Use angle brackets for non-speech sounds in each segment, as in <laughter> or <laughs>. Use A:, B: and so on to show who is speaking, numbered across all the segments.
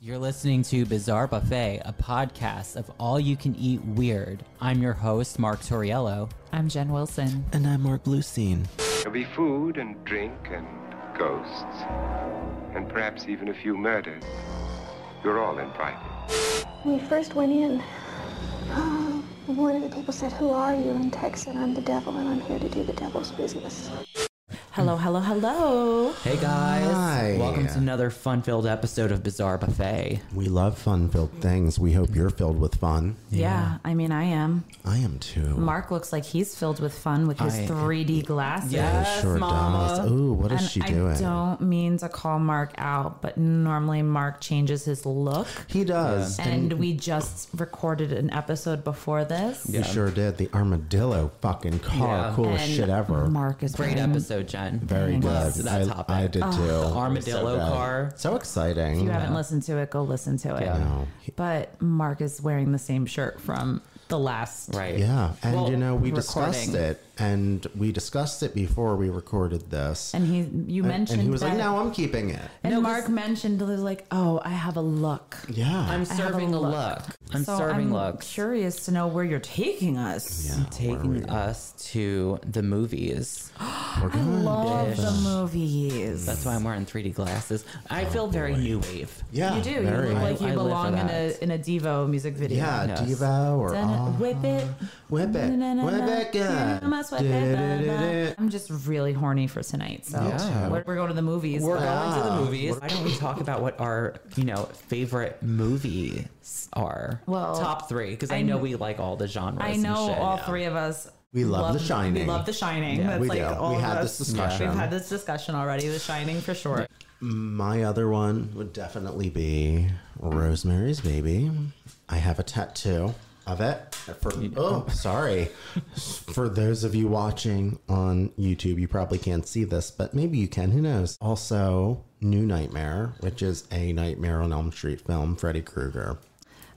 A: You're listening to Bizarre Buffet, a podcast of all you can eat weird. I'm your host, Mark Torriello.
B: I'm Jen Wilson.
C: And I'm Mark Bluestein.
D: There'll be food and drink and ghosts, and perhaps even a few murders. You're all invited.
E: When we first went in, uh, one of the people said, Who are you? And Tex said, I'm the devil and I'm here to do the devil's business.
F: Hello, hello, hello.
A: Hey guys.
C: Hi.
A: Welcome to another fun filled episode of Bizarre Buffet.
C: We love fun filled things. We hope you're filled with fun.
F: Yeah. I mean, I am.
C: I am too.
F: Mark looks like he's filled with fun with his
A: I-
F: 3D glasses.
A: Yes, mama.
C: does. Ooh, what is
F: And
C: she
F: I
C: doing?
F: don't mean to call Mark out, but normally Mark changes his look.
C: He does.
F: And we just recorded an episode before this.
C: He sure did. The armadillo fucking car.
A: Yeah.
C: Coolest
F: And
C: shit ever.
F: Mark is
A: Great
F: wearing-
A: episode, Jen.
C: Very good.
A: Close to that
C: I,
A: topic.
C: I did too.
A: The armadillo
C: good.
A: car.
C: So exciting.
F: Oh. If you haven't listened to it, go listen to it.
C: No.
F: But Mark is wearing the same shirt from the last.
A: Right.
C: Yeah. And
A: Well,
C: you know, we discussed
A: recording.
C: it and we discussed it before we recorded this.
F: And he, you mentioned
C: and he was
F: that,
C: like, No, I'm keeping it.
F: And
A: No, 'cause-
F: Mark mentioned like, oh, I have a look.
C: Yeah.
A: I'm
F: I have
A: serving a look. I'm
F: So
A: serving
F: I'm
A: looks.
F: Curious to know where you're taking us.
C: yeah, where we
A: Taking
C: at?
A: us to the movies.
C: We're
F: I
C: going
F: love
C: to-
F: the movies.
A: That's
C: <laughs>
A: why I'm wearing 3D glasses. I
C: Oh,
A: feel very new wave.
C: Yeah.
F: you do. You
C: very.
F: look like
A: I live
F: you
A: for
F: belong in a
A: that.
F: in a Devo music video.
C: Yeah,
A: Yes.
C: Devo or
F: Dun-
C: Ah.
F: Whip it.
C: Whip it.
F: Na-na-na-na.
C: Whip it good.
F: You must whip it, da-da-da.
C: Du-du-du-du-du.
F: I'm just really horny for tonight, so
C: Yeah.
F: we're, we're going to the movies.
A: We're
F: but-
A: going
F: Ah.
A: to the movies. Why don't we talk about what our, you know, favorite movies are?
F: Well,
A: top three because I,
F: I
A: know
F: kn-
A: we like all the genres.
F: I
A: and
F: know
A: shit.
F: all three of us.
C: We love The Shining.
F: We love The Shining. That's
C: we
F: like
C: do.
F: all
C: We
F: of
C: had
F: us-
C: this discussion.
F: We've had this discussion already. The Shining for sure.
C: My other one would definitely be Rosemary's Baby. I have a tattoo of it. For, oh, sorry. <laughs> For those of you watching on YouTube, you probably can't see this, but maybe you can. Who knows? Also, New Nightmare, which is a Nightmare on Elm Street film, Freddy Krueger.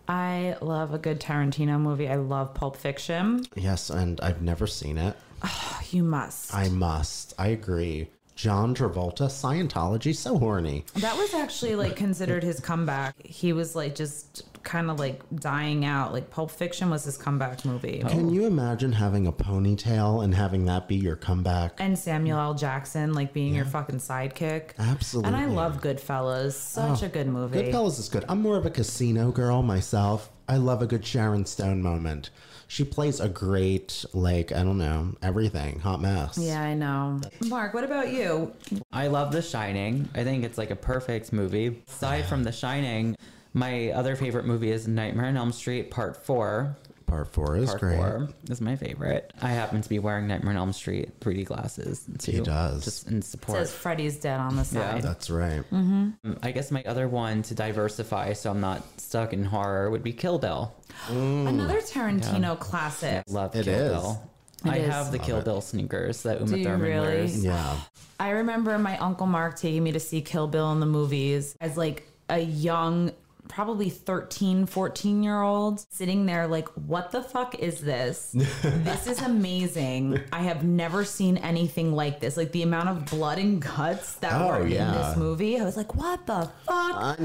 F: I love a good Tarantino movie. I love Pulp Fiction.
C: Yes, and I've never seen it.
F: Oh, you must.
C: I must. I agree. John Travolta, Scientology, so horny.
F: that was actually like considered his comeback. He was like just kind of like dying out. Like Pulp Fiction was his comeback movie.
C: Can you imagine having a ponytail and having that be your comeback?
F: And Samuel L. Jackson like being your fucking sidekick.
C: Absolutely. Oh,
F: And I love Goodfellas. Such a good movie.
C: Goodfellas is good. I'm more of a casino girl myself. I love a good Sharon Stone moment. She plays a great, like, I don't know, everything. Hot mess.
F: Yeah, I know. Mark, what about you?
A: I love The Shining. I think it's like a perfect movie. Aside from The Shining, my other favorite movie is Nightmare on Elm Street Part Four.
C: Part four is
A: Part
C: great.
A: Four is my favorite. I happen to be wearing Nightmare on Elm Street 3D glasses too.
C: does.
A: just in
F: It
A: support.
F: says Freddy's dead on the
A: Yeah.
F: side.
C: That's right.
A: Um, I guess my other one to diversify, so I'm not stuck in horror, would be Kill Bill.
F: Another
C: Mm.
F: Tarantino classic.
A: Love
C: It
A: Kill
C: is.
A: Bill.
F: It
A: I
F: is.
A: have the Kill Bill sneakers that Uma
F: Do you
A: Thurman
F: really?
A: wears.
C: Yeah.
F: I remember my uncle Mark taking me to see Kill Bill in the movies as like a young probably 13 14 year old sitting there like what the fuck
C: <laughs>
F: is this this is amazing i have never seen anything like this like the amount of blood and guts that
C: Oh,
F: were in
C: yeah. Uh.
F: this movie i was like what the fuck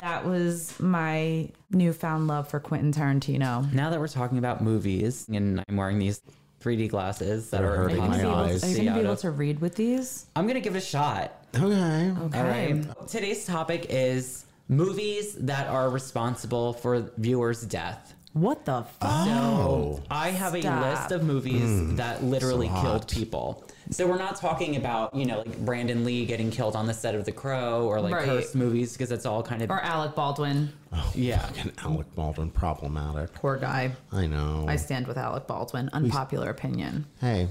F: that was my newfound love for quentin tarantino
A: Now that we're talking about movies, and I'm wearing these 3D glasses that
C: They're
A: are
C: hurting
A: impossible
C: my
A: to
C: eyes.
F: are you
A: see
F: gonna
A: out
F: be able
A: of-
F: to read with these
A: I'm gonna give it a shot.
C: Okay.
A: All right. Today's topic is movies that are responsible for viewers' death.
F: what the fuck
C: Uh.
A: So I have
F: Stop.
A: a list of movies that literally
C: so hot.
A: killed people. So we're not talking about you know like Brandon Lee getting killed on the set of The Crow or like
F: Right.
A: cursed movies because it's all kind of
F: or alec baldwin
A: yeah.
C: Oh, Fucking Alec Baldwin problematic.
F: poor guy
C: I know.
F: I stand with Alec Baldwin. Unpopular opinion.
C: hey,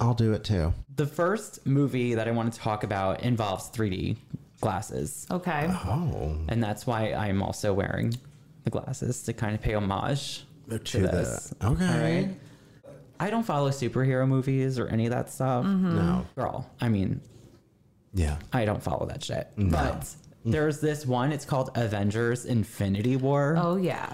C: I'll do it too.
A: The first movie that I want to talk about involves 3D glasses,
F: Okay.
C: Oh.
A: and that's why I'm also wearing the glasses to kind of pay homage
C: To,
A: to this.
C: the okay.
A: All right. I don't follow superhero movies or any of that stuff.
C: No.
A: Girl, I mean,
C: Yeah.
A: I don't follow that shit. But there's this one, it's called Avengers Infinity War.
F: Oh yeah.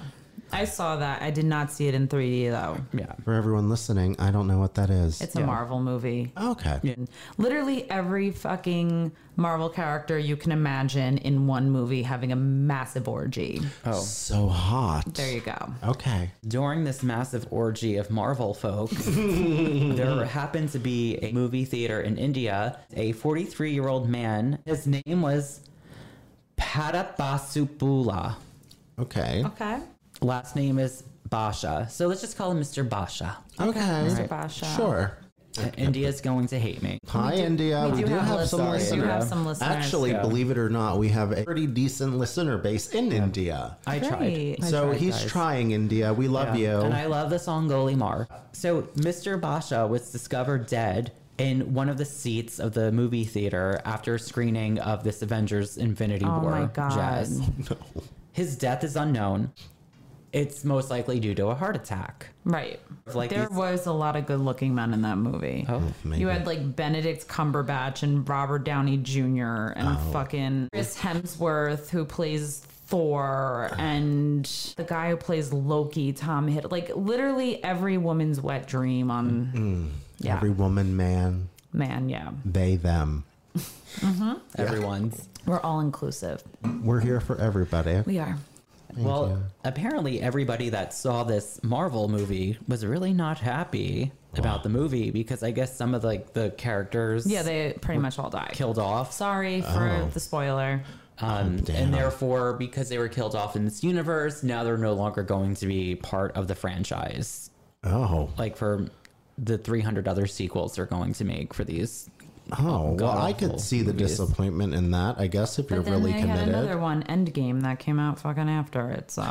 F: I saw that. I did not see it in 3D though.
A: Yeah.
C: For everyone listening, I don't know what that is.
F: It's a Marvel movie.
C: okay.
F: Literally every fucking Marvel character you can imagine in one movie having a massive orgy.
A: Oh.
C: So hot.
F: There you go.
C: Okay.
A: During this massive orgy of Marvel folk, there happened to be a movie theater in India. A 43 year old man, his name was Padapasupula.
C: Okay.
F: Okay.
A: Last name is Basha. So let's just call him Mr. Basha.
C: Okay.
F: Mr. Basha.
C: Sure.
A: India's going to hate me.
C: Hi, India. We, do, have, some
F: listeners.
C: listeners.
F: We do have some listeners.
C: Actually,
A: Yeah.
C: believe it or not, we have a pretty decent listener base in India.
A: I tried.
F: Great.
C: so
A: tried,
C: he's
A: guys.
C: trying, India. We love
A: Yeah.
C: you.
A: And I love the song Golimar. So Mr. Basha was discovered dead in one of the seats of the movie theater after a screening of this Avengers Infinity
F: Oh
A: War
F: my God. <laughs>
A: jazz. His death is unknown. It's most likely due to a heart attack.
F: Right.
A: Like
F: there
A: these-
F: was a lot of good looking men in that movie.
A: Oh,
C: Maybe.
F: You had like Benedict Cumberbatch and Robert Downey Jr. and
C: Oh.
F: fucking Chris Hemsworth who plays Thor and the guy who plays Loki, Tom Hidd. Like literally every woman's wet dream on yeah.
C: Mm-hmm. Every woman, man,
F: man, yeah.
C: they, them.
A: everyone's.
F: We're all inclusive.
C: We're here for everybody.
F: We are.
A: well, apparently everybody that saw this Marvel movie was really not happy about the movie because I guess some of like the characters
F: Yeah, they pretty much all die.
A: killed off.
F: Sorry for
C: Oh.
F: the spoiler.
A: Um,
C: damn.
A: and therefore, because they were killed off in this universe, now they're no longer going to be part of the franchise.
C: Oh,
A: Like for the 300 other sequels they're going to make for these.
C: oh. Well, I could
A: God-awful
C: see the
A: movies.
C: disappointment in that. I guess if you're
F: But then
C: really
F: they had another
C: committed.
F: one, Endgame, that came out fucking after it. So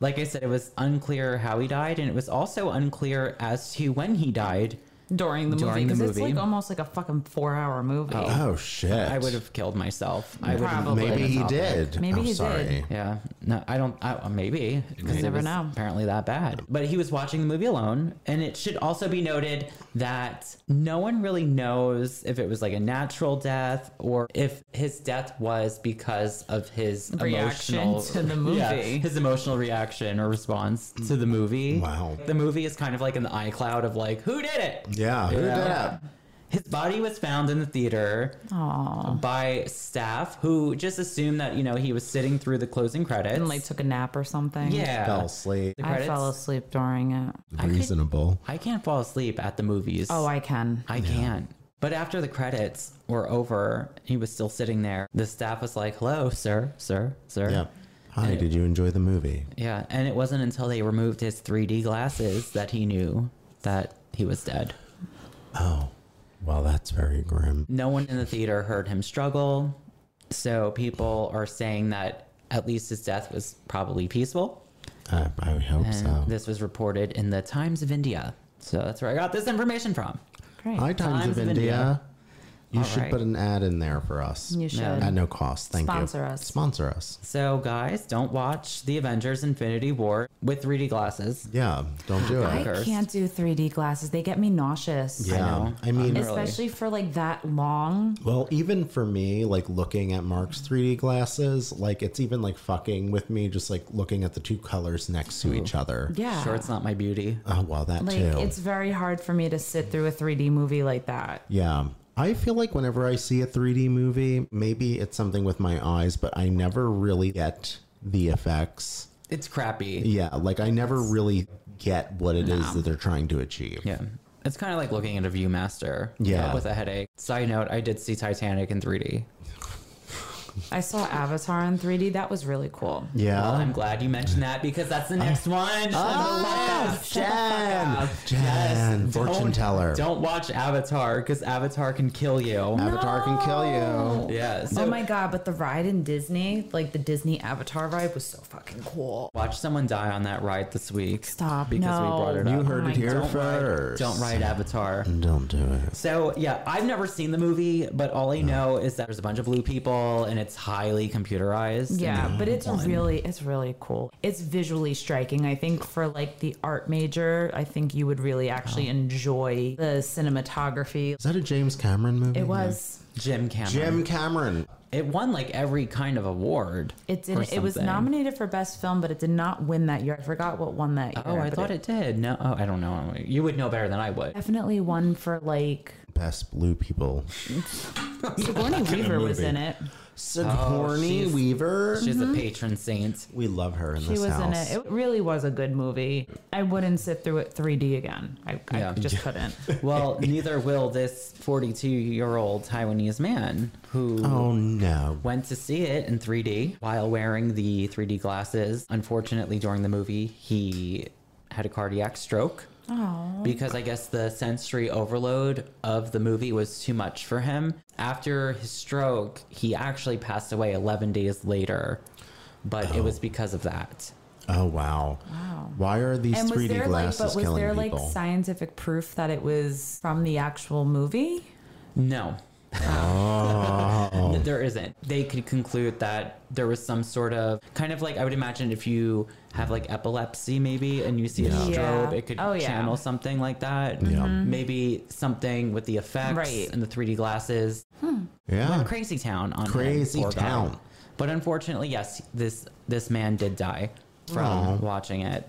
A: Like I said, it was unclear how he died, and it was also unclear as to when he died.
F: during the
A: During the
F: movie, because it's
A: movie.
F: like almost like a fucking four-hour movie.
C: Oh shit!
A: I would have killed myself. I would have.
F: Probably.
C: Maybe he
F: Probably.
C: did.
F: Maybe
C: I'm
F: he did.
C: sorry.
A: Yeah, no, I don't. I, uh, maybe because
F: You
A: it
F: never
A: was
F: know.
A: apparently that bad. But he was watching the movie alone, and it should also be noted that no one really knows if it was like a natural death or if his death was because of his
F: Reaction
A: emotional
F: to the
A: <laughs> Yeah,
F: movie.
A: his emotional reaction or response to the movie.
C: Wow.
A: the movie is kind of like in the iCloud of like who did it.
C: Yeah. Who did it?
A: His body was found in the theater
F: Aw.
A: by staff who just assumed that you know he was sitting through the closing credits.
F: And like took a nap or something.
A: yeah.
C: Fell asleep.
A: The
F: I
A: credits.
F: fell asleep during it.
C: Reasonable.
A: I can't fall asleep at the movies.
F: Oh, I can.
A: I can't. But after the credits were over, he was still sitting there. The staff was like, "Hello, sir, sir, sir."
C: Yeah. Hi. Did you enjoy the movie?
A: Yeah, and it wasn't until they removed his 3D glasses that he knew that he was dead.
C: Oh, well, that's very grim.
A: No one in the theater heard him struggle. So people are saying that at least his death was probably peaceful.
C: I, I would hope
A: And
C: so.
A: this was reported in the Times of India. So that's where I got this information from.
F: Great.
C: High Times, of India. You should
A: right.
C: put an ad in there for us.
F: you should.
C: At no cost. Thank
F: Sponsor
C: you.
F: us.
C: Sponsor us.
A: So, guys, don't watch the Avengers Infinity War with 3D glasses.
C: Yeah. Don't do
F: I
C: it.
A: Cursed.
F: can't do 3D glasses. They get me nauseous.
C: yeah.
A: know.
C: I mean,
A: It's-
F: Especially for like that long.
C: well, even for me, like looking at Mark's 3D glasses, like it's even like fucking with me, just like looking at the two colors next to each other.
F: Yeah.
A: Sure, it's not my beauty.
C: Oh, well, that
F: like
C: too.
F: it's very hard for me to sit through a 3D movie like that.
C: Yeah. I feel like whenever I see a 3D movie, maybe it's something with my eyes, but I never really get the effects.
A: It's crappy.
C: Yeah, like I never really get what it is that they're trying to achieve.
A: Yeah. It's kind of like looking at a Viewmaster.
C: Yeah.
A: With a headache. Side note, I did see Titanic in 3D.
F: I saw Avatar in 3D. That was really cool.
C: Yeah.
A: Well, I'm glad you mentioned that because that's the next one. Shut the fuck up.
C: Oh, Ah, Jen, Jen,
A: Yes,
C: fortune
A: don't-
C: teller.
A: Don't watch Avatar because Avatar can kill you.
C: Avatar can kill you.
A: Yeah. So
F: oh my god, but the ride in Disney, like the Disney Avatar ride was so fucking cool.
A: watch someone die on that ride this week.
F: Stop.
A: Because we
F: No. Oh
A: brought it up.
C: You heard
F: my
C: it here
F: God.
A: don't ride,
C: first.
A: don't ride Avatar.
C: Don't do it.
A: So yeah, I've never seen the movie, but all
C: Hmm.
A: I know is that there's a bunch of blue people and it's highly computerized.
F: Yeah, but it's
A: one.
F: really it's really cool. It's visually striking. I think for like the art major, I think you would really actually enjoy the cinematography.
C: Is that a James Cameron movie?
F: It was
A: Jim Cameron.
C: Jim Cameron.
A: It won like every kind of award.
F: It
A: or
F: didn't. It was
A: something.
F: nominated for best film, but it did not win that year. I forgot what won that year.
A: Oh, I
F: but
A: thought it did. No, oh, I don't know. You would know better than I would.
F: definitely won for like
C: Best blue people.
A: Oh,
F: Sigourney Weaver was
C: movie.
F: in it.
C: Sigourney
A: she's-
C: Weaver.
A: She's a patron saint.
C: we love her in
F: She
C: this
F: was
C: house.
F: in it. It really was a good movie. I wouldn't sit through it 3D again. I, I
A: Yeah.
F: just couldn't.
A: Well, neither will this 42 year old Taiwanese man who
C: oh no.
A: went to see it in 3D while wearing the 3D glasses. Unfortunately, during the movie, he had a cardiac stroke. Because I guess the sensory overload of the movie was too much for him. After his stroke, he actually passed away 11 days later, but it was because of that.
C: Oh wow. Wow. Why are these
F: And was
C: 3D
F: there like,
C: glasses
F: but was
C: killing
F: there like
C: people?
F: scientific proof that it was from the actual movie?
A: No.
C: Oh.
A: <laughs> there isn't. They could conclude that there was some sort of kind of like I would imagine if you have like epilepsy maybe and you see a
F: Yeah.
A: strobe, it could
F: Oh, yeah.
A: channel something like that.
C: Yeah. Mhm.
A: Maybe something with the effects
F: Right.
A: and the 3D glasses.
C: yeah.
A: Crazy town on him,
C: Crazy
A: poor guy.
C: town.
A: But unfortunately, yes, this this man did die from
C: Oh.
A: watching it.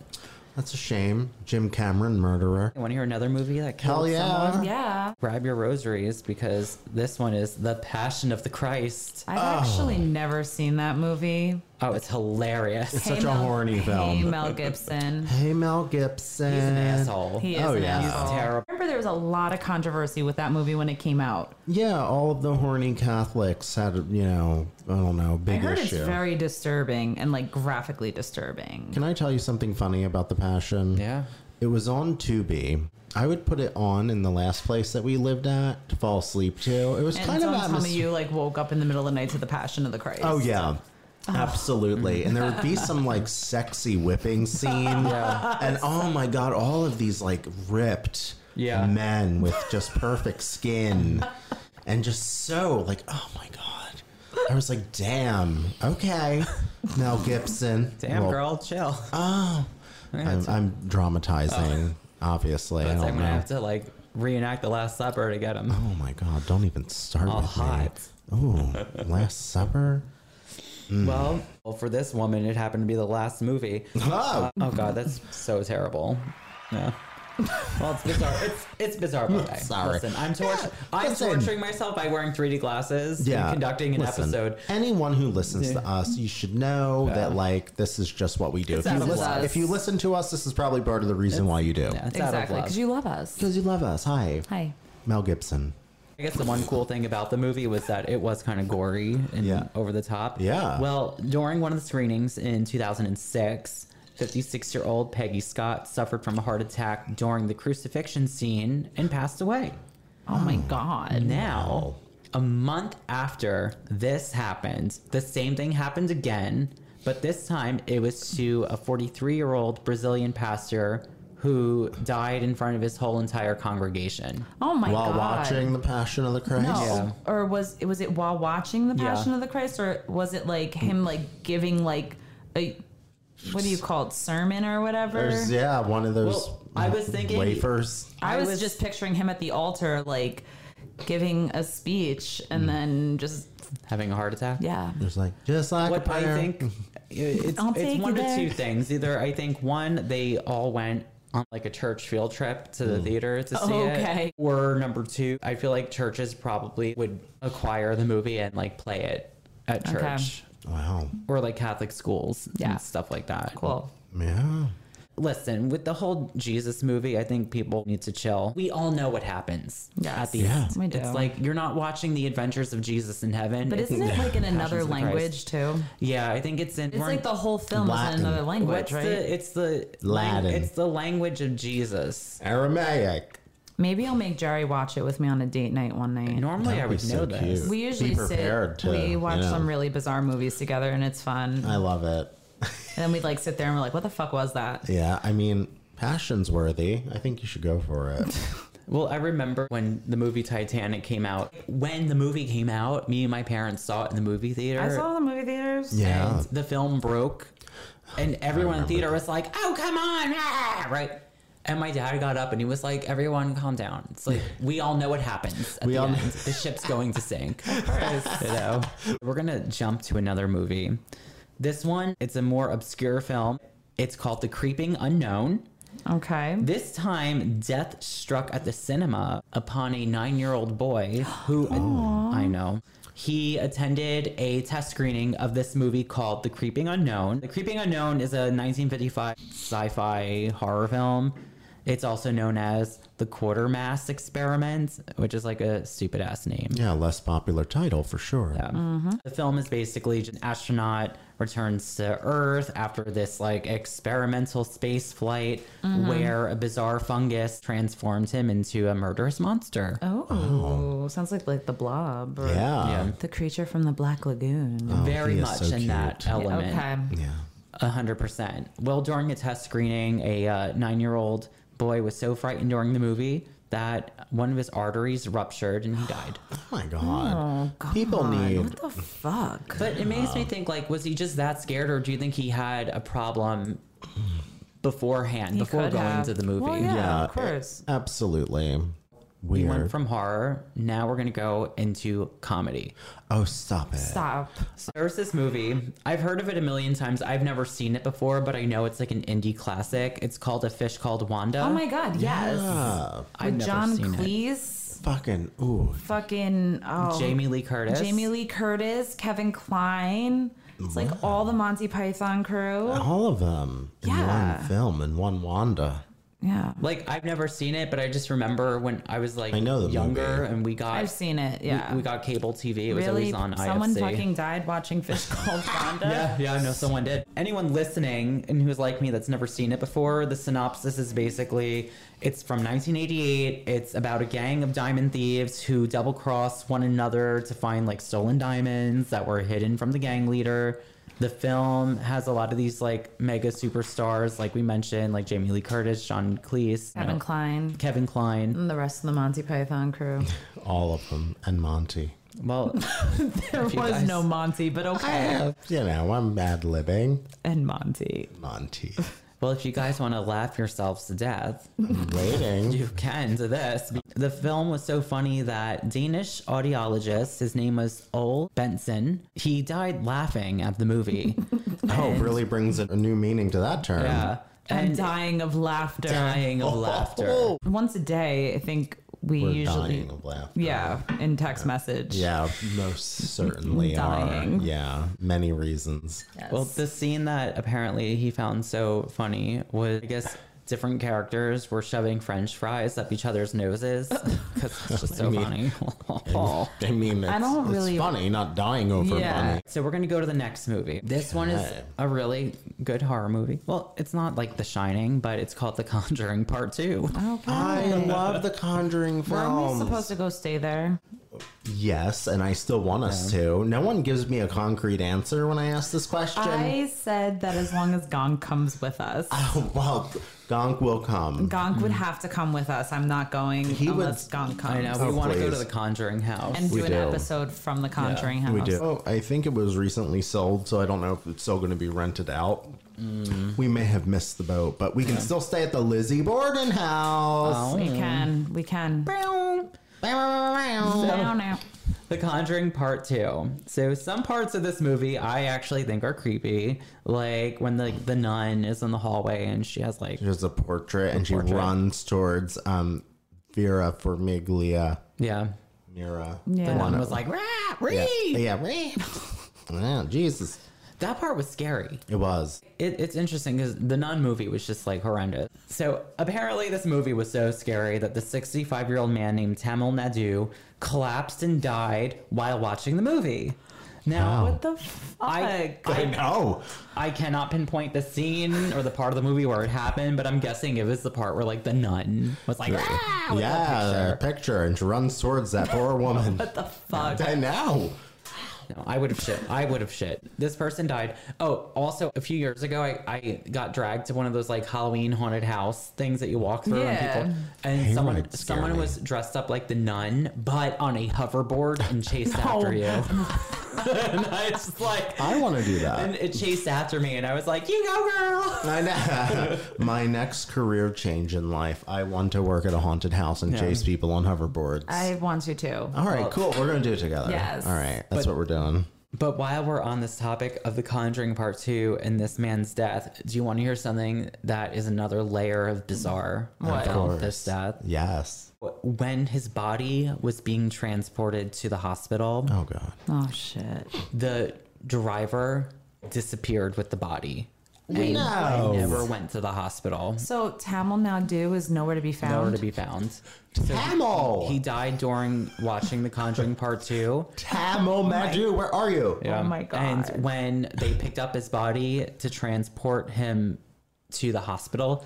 C: That's a shame. Jim Cameron, murderer.
A: You want to hear another movie that
C: Hell
A: killed
C: yeah.
A: someone?
F: Yeah.
A: Grab your rosaries because this one is The Passion of the Christ.
F: I've
C: Oh.
F: actually never seen that movie.
A: Oh, it's
F: <laughs>
A: hilarious.
C: Such a horny
F: Hey,
C: film.
F: Mel Gibson.
C: <laughs> Hey Mel Gibson.
A: He's an asshole.
F: He is
C: Oh,
F: an
C: yeah. He's
F: asshole.
A: terrible.
F: I remember there was a lot of controversy with that movie when it came out.
C: Yeah, all of the horny Catholics had, you know, I don't know,
F: I
C: big
F: heard
C: issue.
F: it's very disturbing and like graphically disturbing.
C: Can I tell you something funny about The Passion?
A: Yeah.
C: It was on Tubi. I would put it on in the last place that we lived at to fall asleep to. It was
F: And
C: kind of
F: don't tell me
C: atmos-
F: you like woke up in the middle of the night to the Passion of the Christ.
C: Oh yeah. Absolutely. And there would be some like
A: <laughs>
C: sexy whipping scene. And oh my god, all of these like ripped
A: Yeah.
C: men with
A: <laughs>
C: just perfect skin. and just so like, oh my god. I was like, damn, okay. Mel Gibson.
A: <laughs> Damn,
C: Well, oh.
A: girl, chill.
C: I'm, I'm dramatizing, obviously. I
A: I'm
C: don't
A: gonna
C: know.
A: have to Oh. like reenact the Last Supper to get him.
C: Oh my god, don't even start
A: All
C: with
A: hot.
C: me. Oh, Last Supper? Mm.
A: Well, well, for this woman, it happened to be the last movie.
C: Oh,
A: <laughs> Oh God, that's so terrible. Yeah. Well, it's bizarre. It's it's bizarre. But hey,
C: Sorry.
A: Listen, I'm torturing. I'm
C: listen.
A: torturing myself by wearing 3D glasses.
C: yeah.
A: And conducting an
C: Listen,
A: episode.
C: Anyone who listens to us, you should know that like this is just what we do. If you,
F: out of
C: listen,
F: love.
C: if you listen to us, this is probably part of the reason why you do.
A: Yeah, it's out of
F: exactly.
A: love.
F: Because you love us.
C: Because you love us. Hi.
F: Hi.
C: Mel Gibson.
A: I guess the one cool thing about the movie was that it was kind of gory and
C: Yeah.
A: over the top.
C: Yeah.
A: Well, during one of the screenings in 2006, 56 year old Peggy Scott suffered from a heart attack during the crucifixion scene and passed away.
C: <gasps>
F: Oh my God.
A: Now, a month after this happened, the same thing happened again, but this time it was to a 43 year old Brazilian pastor who died in front of his whole entire congregation.
F: Oh my
C: While
F: God.
C: watching The Passion of the Christ.
F: No. Oh, Or was was it while watching the
A: Yeah.
F: Passion of the Christ, or was it like him like giving like a what do you call it sermon or whatever?
C: There's, yeah, one of those
A: Well, I was thinking-
C: wafers.
F: I, was
A: I was-
F: just picturing him at the altar like giving a speech
A: Mm.
F: and then just
A: Having a heart attack?
F: yeah.
C: There's like just like a
A: what I
C: prayer.
A: think it's,
F: I'll take
A: it's one
F: you
A: of
F: there.
A: two things. Either I think one, they all went on like a church field trip to the theater to see
F: Okay.
A: it, or number two, I feel like churches probably would acquire the movie and like play it at
F: Okay.
A: church
C: Wow.
A: or like Catholic schools
F: Yeah.
A: and stuff like that.
F: Cool.
C: Yeah.
A: Listen, with the whole Jesus movie, I think people need to chill. We all know what happens
F: Yes.
A: at the
C: Yeah.
A: end.
F: We do.
A: It's like you're not watching the adventures of Jesus in heaven.
F: But
A: It's-
F: isn't it like in another
A: of the Christ.
F: language too?
A: yeah, I think it's in.
F: It's
A: we're in-
F: like the whole film
C: Latin.
F: is in another language,
A: What's
F: right?
A: the? It's the
C: Latin.
A: It's the language of Jesus.
C: Aramaic.
F: Maybe I'll make Jerry watch it with me on a date night one night.
A: Normally, I
C: That'd be
A: would know
C: so
A: this.
C: cute.
F: We usually
C: Be prepared to,
F: sit. we watch
C: you know.
F: some really bizarre movies together, and it's fun.
C: I love it. <laughs>
F: And then we'd like sit there and we're like, what the fuck was that?
C: Yeah, I mean, passion's worthy. I think you should go for it.
A: Well, I remember when the movie Titanic came out. When the movie came out, me and my parents saw it in the movie theater.
F: I saw the movie theaters.
C: Yeah.
A: and the film broke, and everyone in theater was like, "Oh, come on!" ah," right? And my dad got up and he was like, "Everyone, calm down. It's
C: <laughs>
A: like we all know what happens. At
C: We
A: the
C: all know-
A: end. The ship's going to
C: <laughs>
A: sink. You know? We're gonna jump to another movie. This one, it's a more obscure film. It's called The Creeping Unknown.
F: Okay.
A: This time, death struck at the cinema upon a nine-year-old boy who I know. He attended a test screening of this movie called The Creeping Unknown. The Creeping Unknown is a 1955 sci-fi horror film. It's also known as The Quartermass Experiment, which is like a stupid ass name.
C: Yeah, less popular title for sure.
A: Yeah.
F: Mm-hmm.
A: The film is basically just an astronaut returns to Earth after this like experimental space flight
F: Mm-hmm.
A: where a bizarre fungus transforms him into a murderous monster. Um,
F: Oh, sounds like like the blob. Or
C: Yeah.
F: The creature from the Black Lagoon.
A: Very
C: Oh, he is
A: much
C: so
A: in that
C: cute.
A: element.
F: Okay.
C: Yeah.
A: A hundred percent. Well, during a test screening, a uh, nine-year-old boy was so frightened during the movie that one of his arteries ruptured and he died.
C: Oh my god.
F: Oh, God.
C: People need
F: What the fuck?
A: But it makes me think like, was he just that scared, or do you think he had a problem beforehand,
F: He
A: before
F: could
A: going
F: have-
A: to the movie?
F: Well, yeah,
C: Yeah,
F: of course.
C: absolutely
A: We
C: weird.
A: went from horror. Now we're gonna go into comedy.
C: oh, stop it.
F: Stop.
A: So there's this movie. I've heard of it a million times. I've never seen it before, but I know it's like an indie classic. It's called A Fish Called Wanda.
F: Oh my god, yes.
C: Ah,
A: I've
F: With
A: never
F: John
A: seen it.
F: Cleese,
C: fucking ooh.
F: fucking oh,
A: Jamie Lee Curtis.
F: Jamie Lee Curtis, Kevin Klein. It's like all the Monty Python crew.
C: All of them in
F: Yeah.
C: one film in one Wanda.
F: Yeah.
A: Like I've never seen it, but I just remember when I was like
C: I know the
A: younger,
C: movie.
A: and we got
F: I've seen it. Yeah.
A: we, we got cable TV. It was always
F: really
A: on IFC.
F: someone fucking died
A: <laughs>
F: watching Fish Called Wanda.
A: Yeah, yeah, I know someone did. Anyone listening and who's like me that's never seen it before, the synopsis is basically it's from 1988. It's about a gang of diamond thieves who double cross one another to find like stolen diamonds that were hidden from the gang leader. The film has a lot of these like mega superstars, like we mentioned, like Jamie Lee Curtis, John Cleese, you
F: Kevin
A: know,
F: Klein
A: Kevin Klein.
F: and the rest of the Monty
A: <laughs>
F: Python crew.
C: All of them and Monty.
A: Well,
F: There was
A: you guys-
F: no Monty, but okay.
C: You know, I'm ad libbing.
F: and Monty.
C: Monty.
A: well, if you guys want to laugh yourselves to death,
C: Waiting.
A: you can to this. The film was so funny that Danish audiologist, his name was Ole Benson, he died laughing at the
C: <laughs>
A: movie.
C: Oh, really brings a a new meaning to that term.
A: yeah.
F: And
A: uh, And
F: dying of laughter.
A: dying of laughter.
C: <laughs> Oh.
F: Once a day, I think we
C: We're
F: usually
C: dying of laughter.
F: Yeah, in text message.
C: Yeah, most certainly
F: Dying.
C: are. Yeah, many reasons.
A: Well, the scene that apparently he found so funny was, I guess, different characters were shoving french fries up each other's noses because it's
C: <laughs>
A: just so funny.
C: I mean, it's,
F: don't
C: it's
F: really-
C: funny, not dying over
F: Yeah.
C: money.
A: So we're gonna go to the next movie. This one is
C: Okay.
A: a really good horror movie. Well, it's not like The Shining, but it's called The Conjuring Part
C: <laughs>
A: Two.
F: Okay.
C: I love the Conjuring
F: Weren't we
C: films.
F: supposed to go stay there?
C: yes, and I still want us to. No one gives me a concrete answer when I ask this question. <laughs>
F: I said that as long as Gonk comes with
A: <laughs>
F: us,
C: Oh, well, Gonk will come.
F: Gonk would have to come with us. I'm not going
C: He would-
F: unless Gonk comes.
A: I know
C: Oh,
A: we want to go to
C: please.
A: the Conjuring house.
F: And do
C: We
F: an
C: do.
F: episode from the Conjuring House.
C: We do. Oh, I think it was recently sold, so I don't know if it's still going to be rented out. We may have missed the boat, but we can still stay at the Lizzie Borden house.
F: We can. We can. Now, now.
A: The Conjuring Part Two. So some parts of this movie I actually think are creepy, like when the the nun is in the hallway and she has like
C: There's a portrait, and she
A: portrait.
C: runs towards um, Vera Formiglia.
A: yeah,
C: Mira.
F: Yeah.
A: the nun
C: Wanna-
A: was like "Rah,
C: Yeah.
A: Reed!"
C: Yeah. <laughs> right. Yeah, Jesus.
A: That part was scary.
C: It was.
A: it, it's interesting because the non movie was just like horrendous. So apparently, this movie was so scary that the 65 year old man named Tamil Nadu collapsed and died while watching the movie. Now,
F: What the fuck?
A: I,
C: I
A: I
C: know.
A: I cannot pinpoint the scene or the part of the movie where it happened, but I'm guessing it was the part where like the nun was like, ah, with that
C: yeah, the picture. and she runs towards that poor woman.
F: what the fuck?
C: I know.
A: No, I would have shit. I would have shit. This person died. Oh, also a few years ago, I, I got dragged to one of those like Halloween haunted house things that you walk through
F: Yeah.
A: and people and
C: Hayride
A: someone
C: scared
A: someone
C: me.
A: was dressed up like the nun, but on a hoverboard and chased after
F: <laughs>
A: you. and I just like
C: I want to do that.
A: and it chased after me, and I was like, "You go, girl."
C: I know. My next career change in life, I want to work at a haunted house and chase people on hoverboards.
F: I want you to.
C: All right, cool. We're going to do it together.
F: Yes.
C: All right. That's what we're doing.
A: But while we're on this topic of The Conjuring Part 2 and this man's death, do you want to hear something that is another layer of bizarre
F: What? Of
A: about
C: course.
A: this death?
C: Yes.
A: When his body was being transported to the hospital,
C: Oh, God.
F: Oh shit.
A: the driver disappeared with the body. And
C: No.
F: Oh.
A: never went to the hospital.
F: So Tamil Nadu is nowhere to be found.
A: Nowhere to be found.
C: Tamil.
A: He died during watching The Conjuring Part
F: <laughs>
A: 2.
C: Tamil Madu, where are you?
A: Yeah.
F: Oh my god.
A: And when they picked up his body to transport him to the hospital,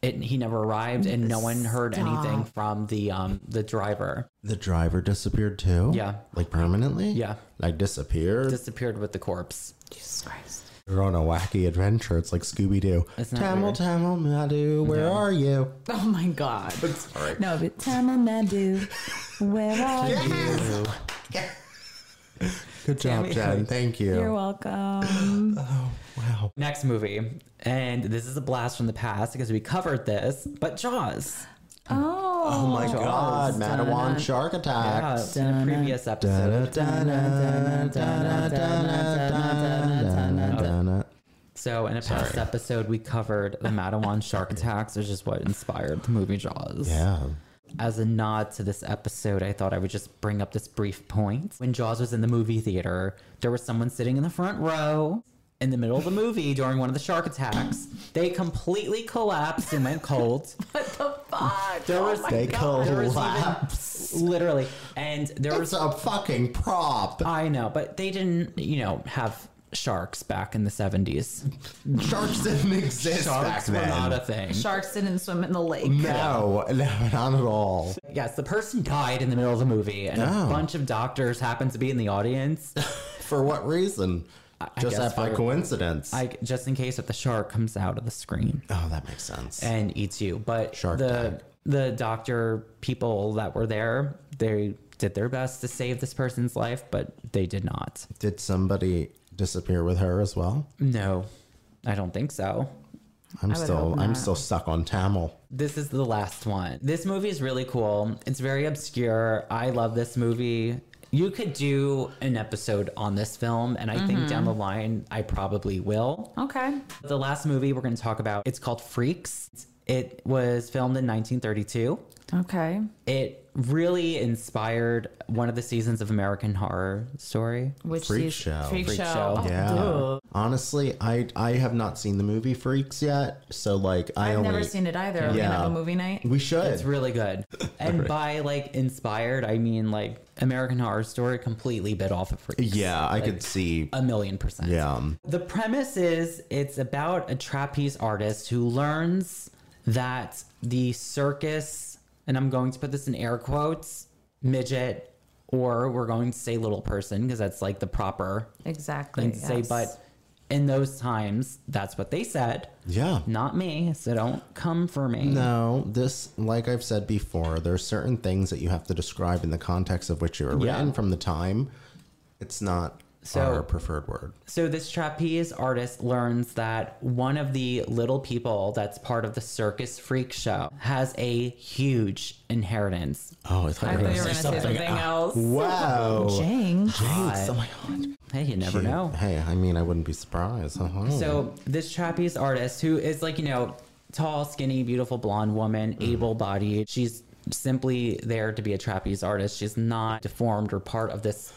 A: it, he never arrived, and no one heard anything from the um the driver.
C: The driver disappeared too?
A: Yeah.
C: Like permanently?
A: Yeah.
C: Like disappeared?
A: Disappeared with the corpse.
F: Jesus Christ.
C: You're on a wacky adventure. It's like Scooby Doo.
A: not
C: Tamil,
A: weird.
C: Tamil Madu, where are you?
F: Oh my god.
C: All right.
F: No, but Tamil Nadu, where are you?
C: Yes. Good job, Jen. Thank you.
F: You're welcome.
C: wow.
A: Next movie, and this is a blast from the past because we covered this, but Jaws.
C: Oh
F: Oh.
C: my God, Madawan shark
A: Uh,
C: attacks.
A: in a previous episode. So, in a past episode, we covered the Madawan shark attacks, which is what inspired the movie Jaws.
C: Yeah.
A: as a nod to this episode, I thought I would just bring up this brief point. When Jaws was in the movie theater, there was someone sitting in the front row in the middle of the movie during one of the shark attacks. They completely collapsed and went cold.
F: What the fuck?
C: There was they collapse.
A: literally. And there was
C: It's a fucking prop.
A: I know, but they didn't, you know, have sharks back in the 70s.
C: Sharks didn't exist back
A: Sharks were
C: then.
A: not a thing.
F: Sharks didn't swim in the lake.
C: Mm. no, <laughs> no, not at all.
A: Yes, the person died in the middle of the movie and a
C: Oh.
A: bunch of doctors happened to be in the
C: <laughs>
A: audience.
C: For what reason?
A: guess
C: Just that by
A: for-
C: coincidence.
A: I just in case if the shark comes out of the screen
C: oh, that makes sense.
F: Eh.
A: and eats you. But
C: Shark
A: the
C: Tank.
A: the doctor people that were there, they did their best to save this person's life, but they did not.
C: Did somebody disappear with her as well?
A: No, I don't think so.
C: I'm
F: I would
C: still
F: hope
C: I'm
F: not.
C: still stuck on Tamil.
A: This is the last one. This movie is really cool. It's very obscure. I love this movie. You could do an episode on this film, and I think
C: Mm-hmm.
A: down the line I probably will.
F: Okay.
A: The last movie we're going to talk about, it's called Freaks. It was filmed in 1932.
F: Okay.
A: It really inspired one of the seasons of American Horror Story.
F: Which
C: Freak
F: is-
C: show.
F: Freak,
A: Freak
F: show.
A: show.
F: Oh,
C: Yeah.
F: duh.
C: Honestly, I I have not seen the movie Freaks yet, so like I
F: I've
C: only
F: never seen it either. Are we gonna
C: Yeah.
F: have a movie night?
C: We should.
A: It's really
C: <laughs>
A: good. And by like inspired, I mean like American Horror Story completely bit off of Freaks.
C: yeah, I could see.
A: A million percent.
C: Yeah.
A: The premise is it's about a trapeze artist who learns that the circus, and I'm going to put this in air quotes, midget, or we're going to say little person because that's like the proper
F: Exactly.
A: thing to say.
F: yes.
A: But in those times, that's what they said,
C: Yeah.
A: not me. So don't come for me.
C: No, this, like I've said before, there are certain things that you have to describe in the context of which you were
A: Yeah.
C: written from the time. It's not
A: So-
C: our preferred word.
A: So this trapeze artist learns that one of the little people that's part of the circus freak show has a huge inheritance.
C: Oh, I thought
F: I
C: you were
F: thought
C: going
F: you
C: to
F: were
C: say
F: gonna say
C: something.
F: something else.
C: Wow.
F: Dang.
C: Jeez, oh my God.
A: Hey, you never know.
C: Hey, I mean, I wouldn't be surprised. Uh-huh.
A: So this trapeze artist, who is like you know, tall, skinny, beautiful blonde woman,
C: Mm-hmm.
A: able-bodied. She's simply there to be a trapeze artist. She's not deformed or part of this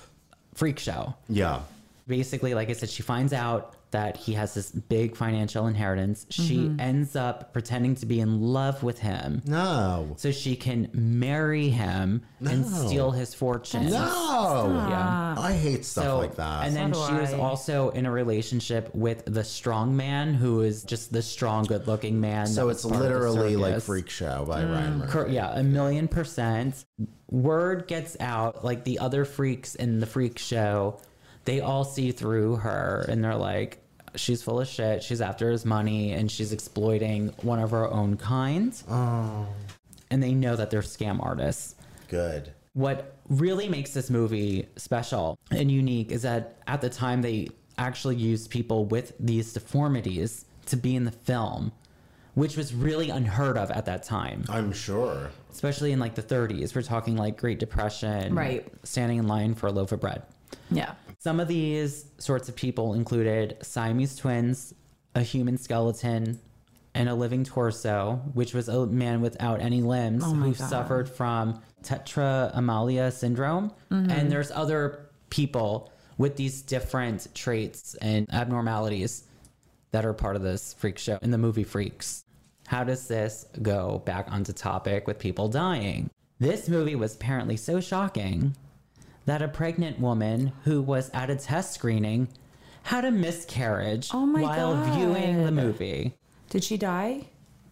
A: freak show.
C: yeah.
A: Basically, like I said, she finds out that he has this big financial inheritance. She ends up pretending to be in love with him
C: Mm-hmm. No.
A: so she can marry him and
C: No.
A: steal his fortune.
C: No.
A: Yeah.
C: I hate stuff
A: So,
C: like that.
A: And then
F: So do
A: she was
F: I.
A: also in a relationship with the strong man, who is just the strong, good looking man. that
C: so
A: was
C: it's
A: part of the
C: literally like
A: circus.
C: Freak Show by Ryan Murphy.
A: Cor- yeah, a million percent. Word gets out, like the other freaks in the freak show, they all see through her and they're like, she's full of shit. She's after his money and she's exploiting one of her own kind.
C: Oh.
A: And they know that they're scam artists.
C: Good.
A: What really makes this movie special and unique is that at the time they actually used people with these deformities to be in the film, which was really unheard of at that time
C: I'm sure. <laughs>
A: especially in like the 30s. We're talking like Great Depression,
F: Right.
A: Standing in line for a loaf of bread.
F: Yeah.
A: Some of these sorts of people included Siamese twins, a human skeleton, and a living torso, which was a man without any limbs who suffered from tetra amalia syndrome. And there's other people with these different traits and abnormalities that are part of this freak show in the movie Freaks. How does this go back onto topic with people dying? This movie was apparently so shocking that a pregnant woman who was at a test screening had a miscarriage
F: Oh my
A: while
F: God.
A: viewing the movie.
F: Did she die?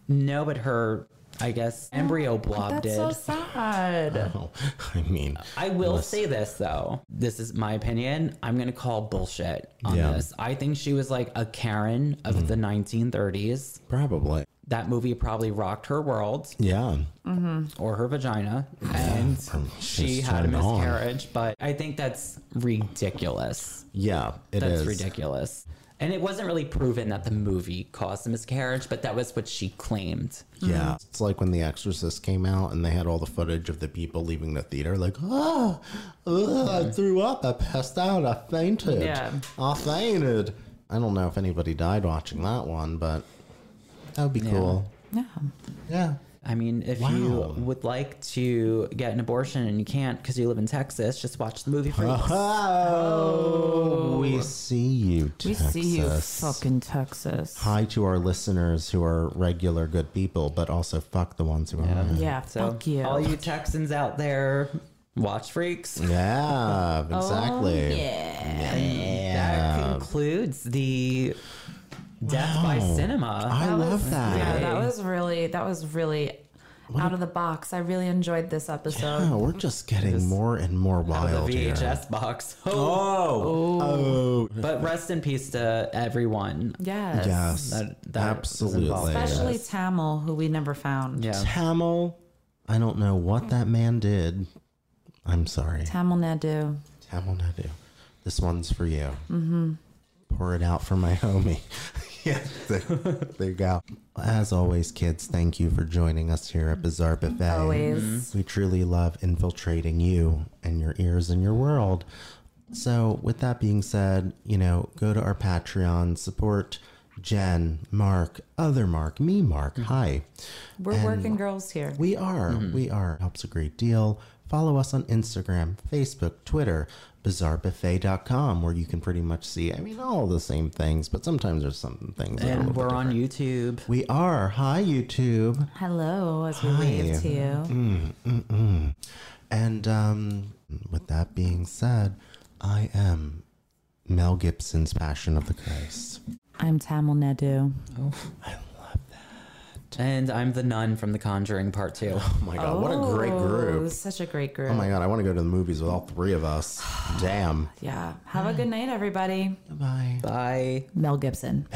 A: No, but her, I guess, embryo blob
F: That's
A: did.
F: so sad.
C: Oh, I mean,
A: I will say this though. This is my opinion. I'm going to call bullshit on
C: Yeah.
A: this. I think she was like a Karen of the 1930s.
C: probably.
A: That movie probably rocked her world.
C: Yeah.
A: or her vagina
C: <sighs>
A: and
C: Um,
A: she
C: just
A: had a
C: turn it on.
A: miscarriage but i think that's ridiculous
C: Yeah, it is.
A: that's ridiculous and it wasn't really proven that the movie caused the miscarriage but that was what she claimed
C: Yeah. It's like when The Exorcist came out and they had all the footage of the people leaving the theater, like, oh, I threw up, I passed out, I fainted.
F: Yeah.
C: I fainted. I don't know if anybody died watching that one, but that would be cool.
F: Yeah.
C: Yeah.
A: i mean if
C: Wow.
A: you would like to get an abortion and you can't because you live in texas just watch the
C: <laughs>
A: movie Freaks.
C: Oh, we see you,
F: We
C: Texas.
F: see you fucking Texas.
C: Hi to our listeners who are regular good people, but also fuck the ones who aren't.
F: Yeah,
A: so
F: fuck you.
A: all you texans out there watch freaks
C: Yeah, exactly.
A: Oh, that concludes the death by
C: Wow.
A: cinema
C: I
F: That
C: love
F: was-
C: that.
F: Yeah, that was really that was really out of the box. I really enjoyed this episode.
C: Oh, we're
A: <laughs>
C: just getting more and more wild
A: the
C: here.
A: VHS box. <laughs> Oh,
C: Oh,
A: But rest in peace to everyone.
F: Yes.
C: yes,
A: That- that was
C: absolutely.
A: involved.
F: Especially Tamil, who we never found.
A: Yeah.
C: Tamil, I don't know what that man did. I'm sorry,
F: Tamil Nadu.
C: Tamil Nadu. This one's for you. Mm-hmm. Pour it out for my homie. <laughs> yeah, there, there you go. As always, kids, thank you for joining us here at Bizarre Buffet.
F: Always. Mm-hmm.
C: We truly love infiltrating you and your ears and your world. So, with that being said, you know, go to our Patreon, support Jen, Mark, other Mark, me, Mark. Hi.
F: We're working girls here.
C: We are. We are. Helps a great deal. Follow us on Instagram, Facebook, Twitter, bizarrebuffet.com, where you can pretty much see, I mean, all the same things, but sometimes there's some things. that are a
A: And
C: little
A: we're
C: bit
A: on YouTube.
C: different. We are. Hi, YouTube.
F: Hello, as we
C: Hi. Mm.
F: wave to you.
C: Mm-mm. And um, with that being said, I am Mel Gibson's Passion of the Christ.
F: I'm Tamil Nadu.
A: And I'm the nun from The Conjuring Part 2.
C: Oh my God, what a great
F: Oh,
C: group.
F: Such a great group.
C: Oh my God, I want to go to the movies with all three of <sighs> us. Damn.
F: yeah. Have a good night, everybody.
C: Bye.
A: <laughs> Bye.
F: Mel Gibson.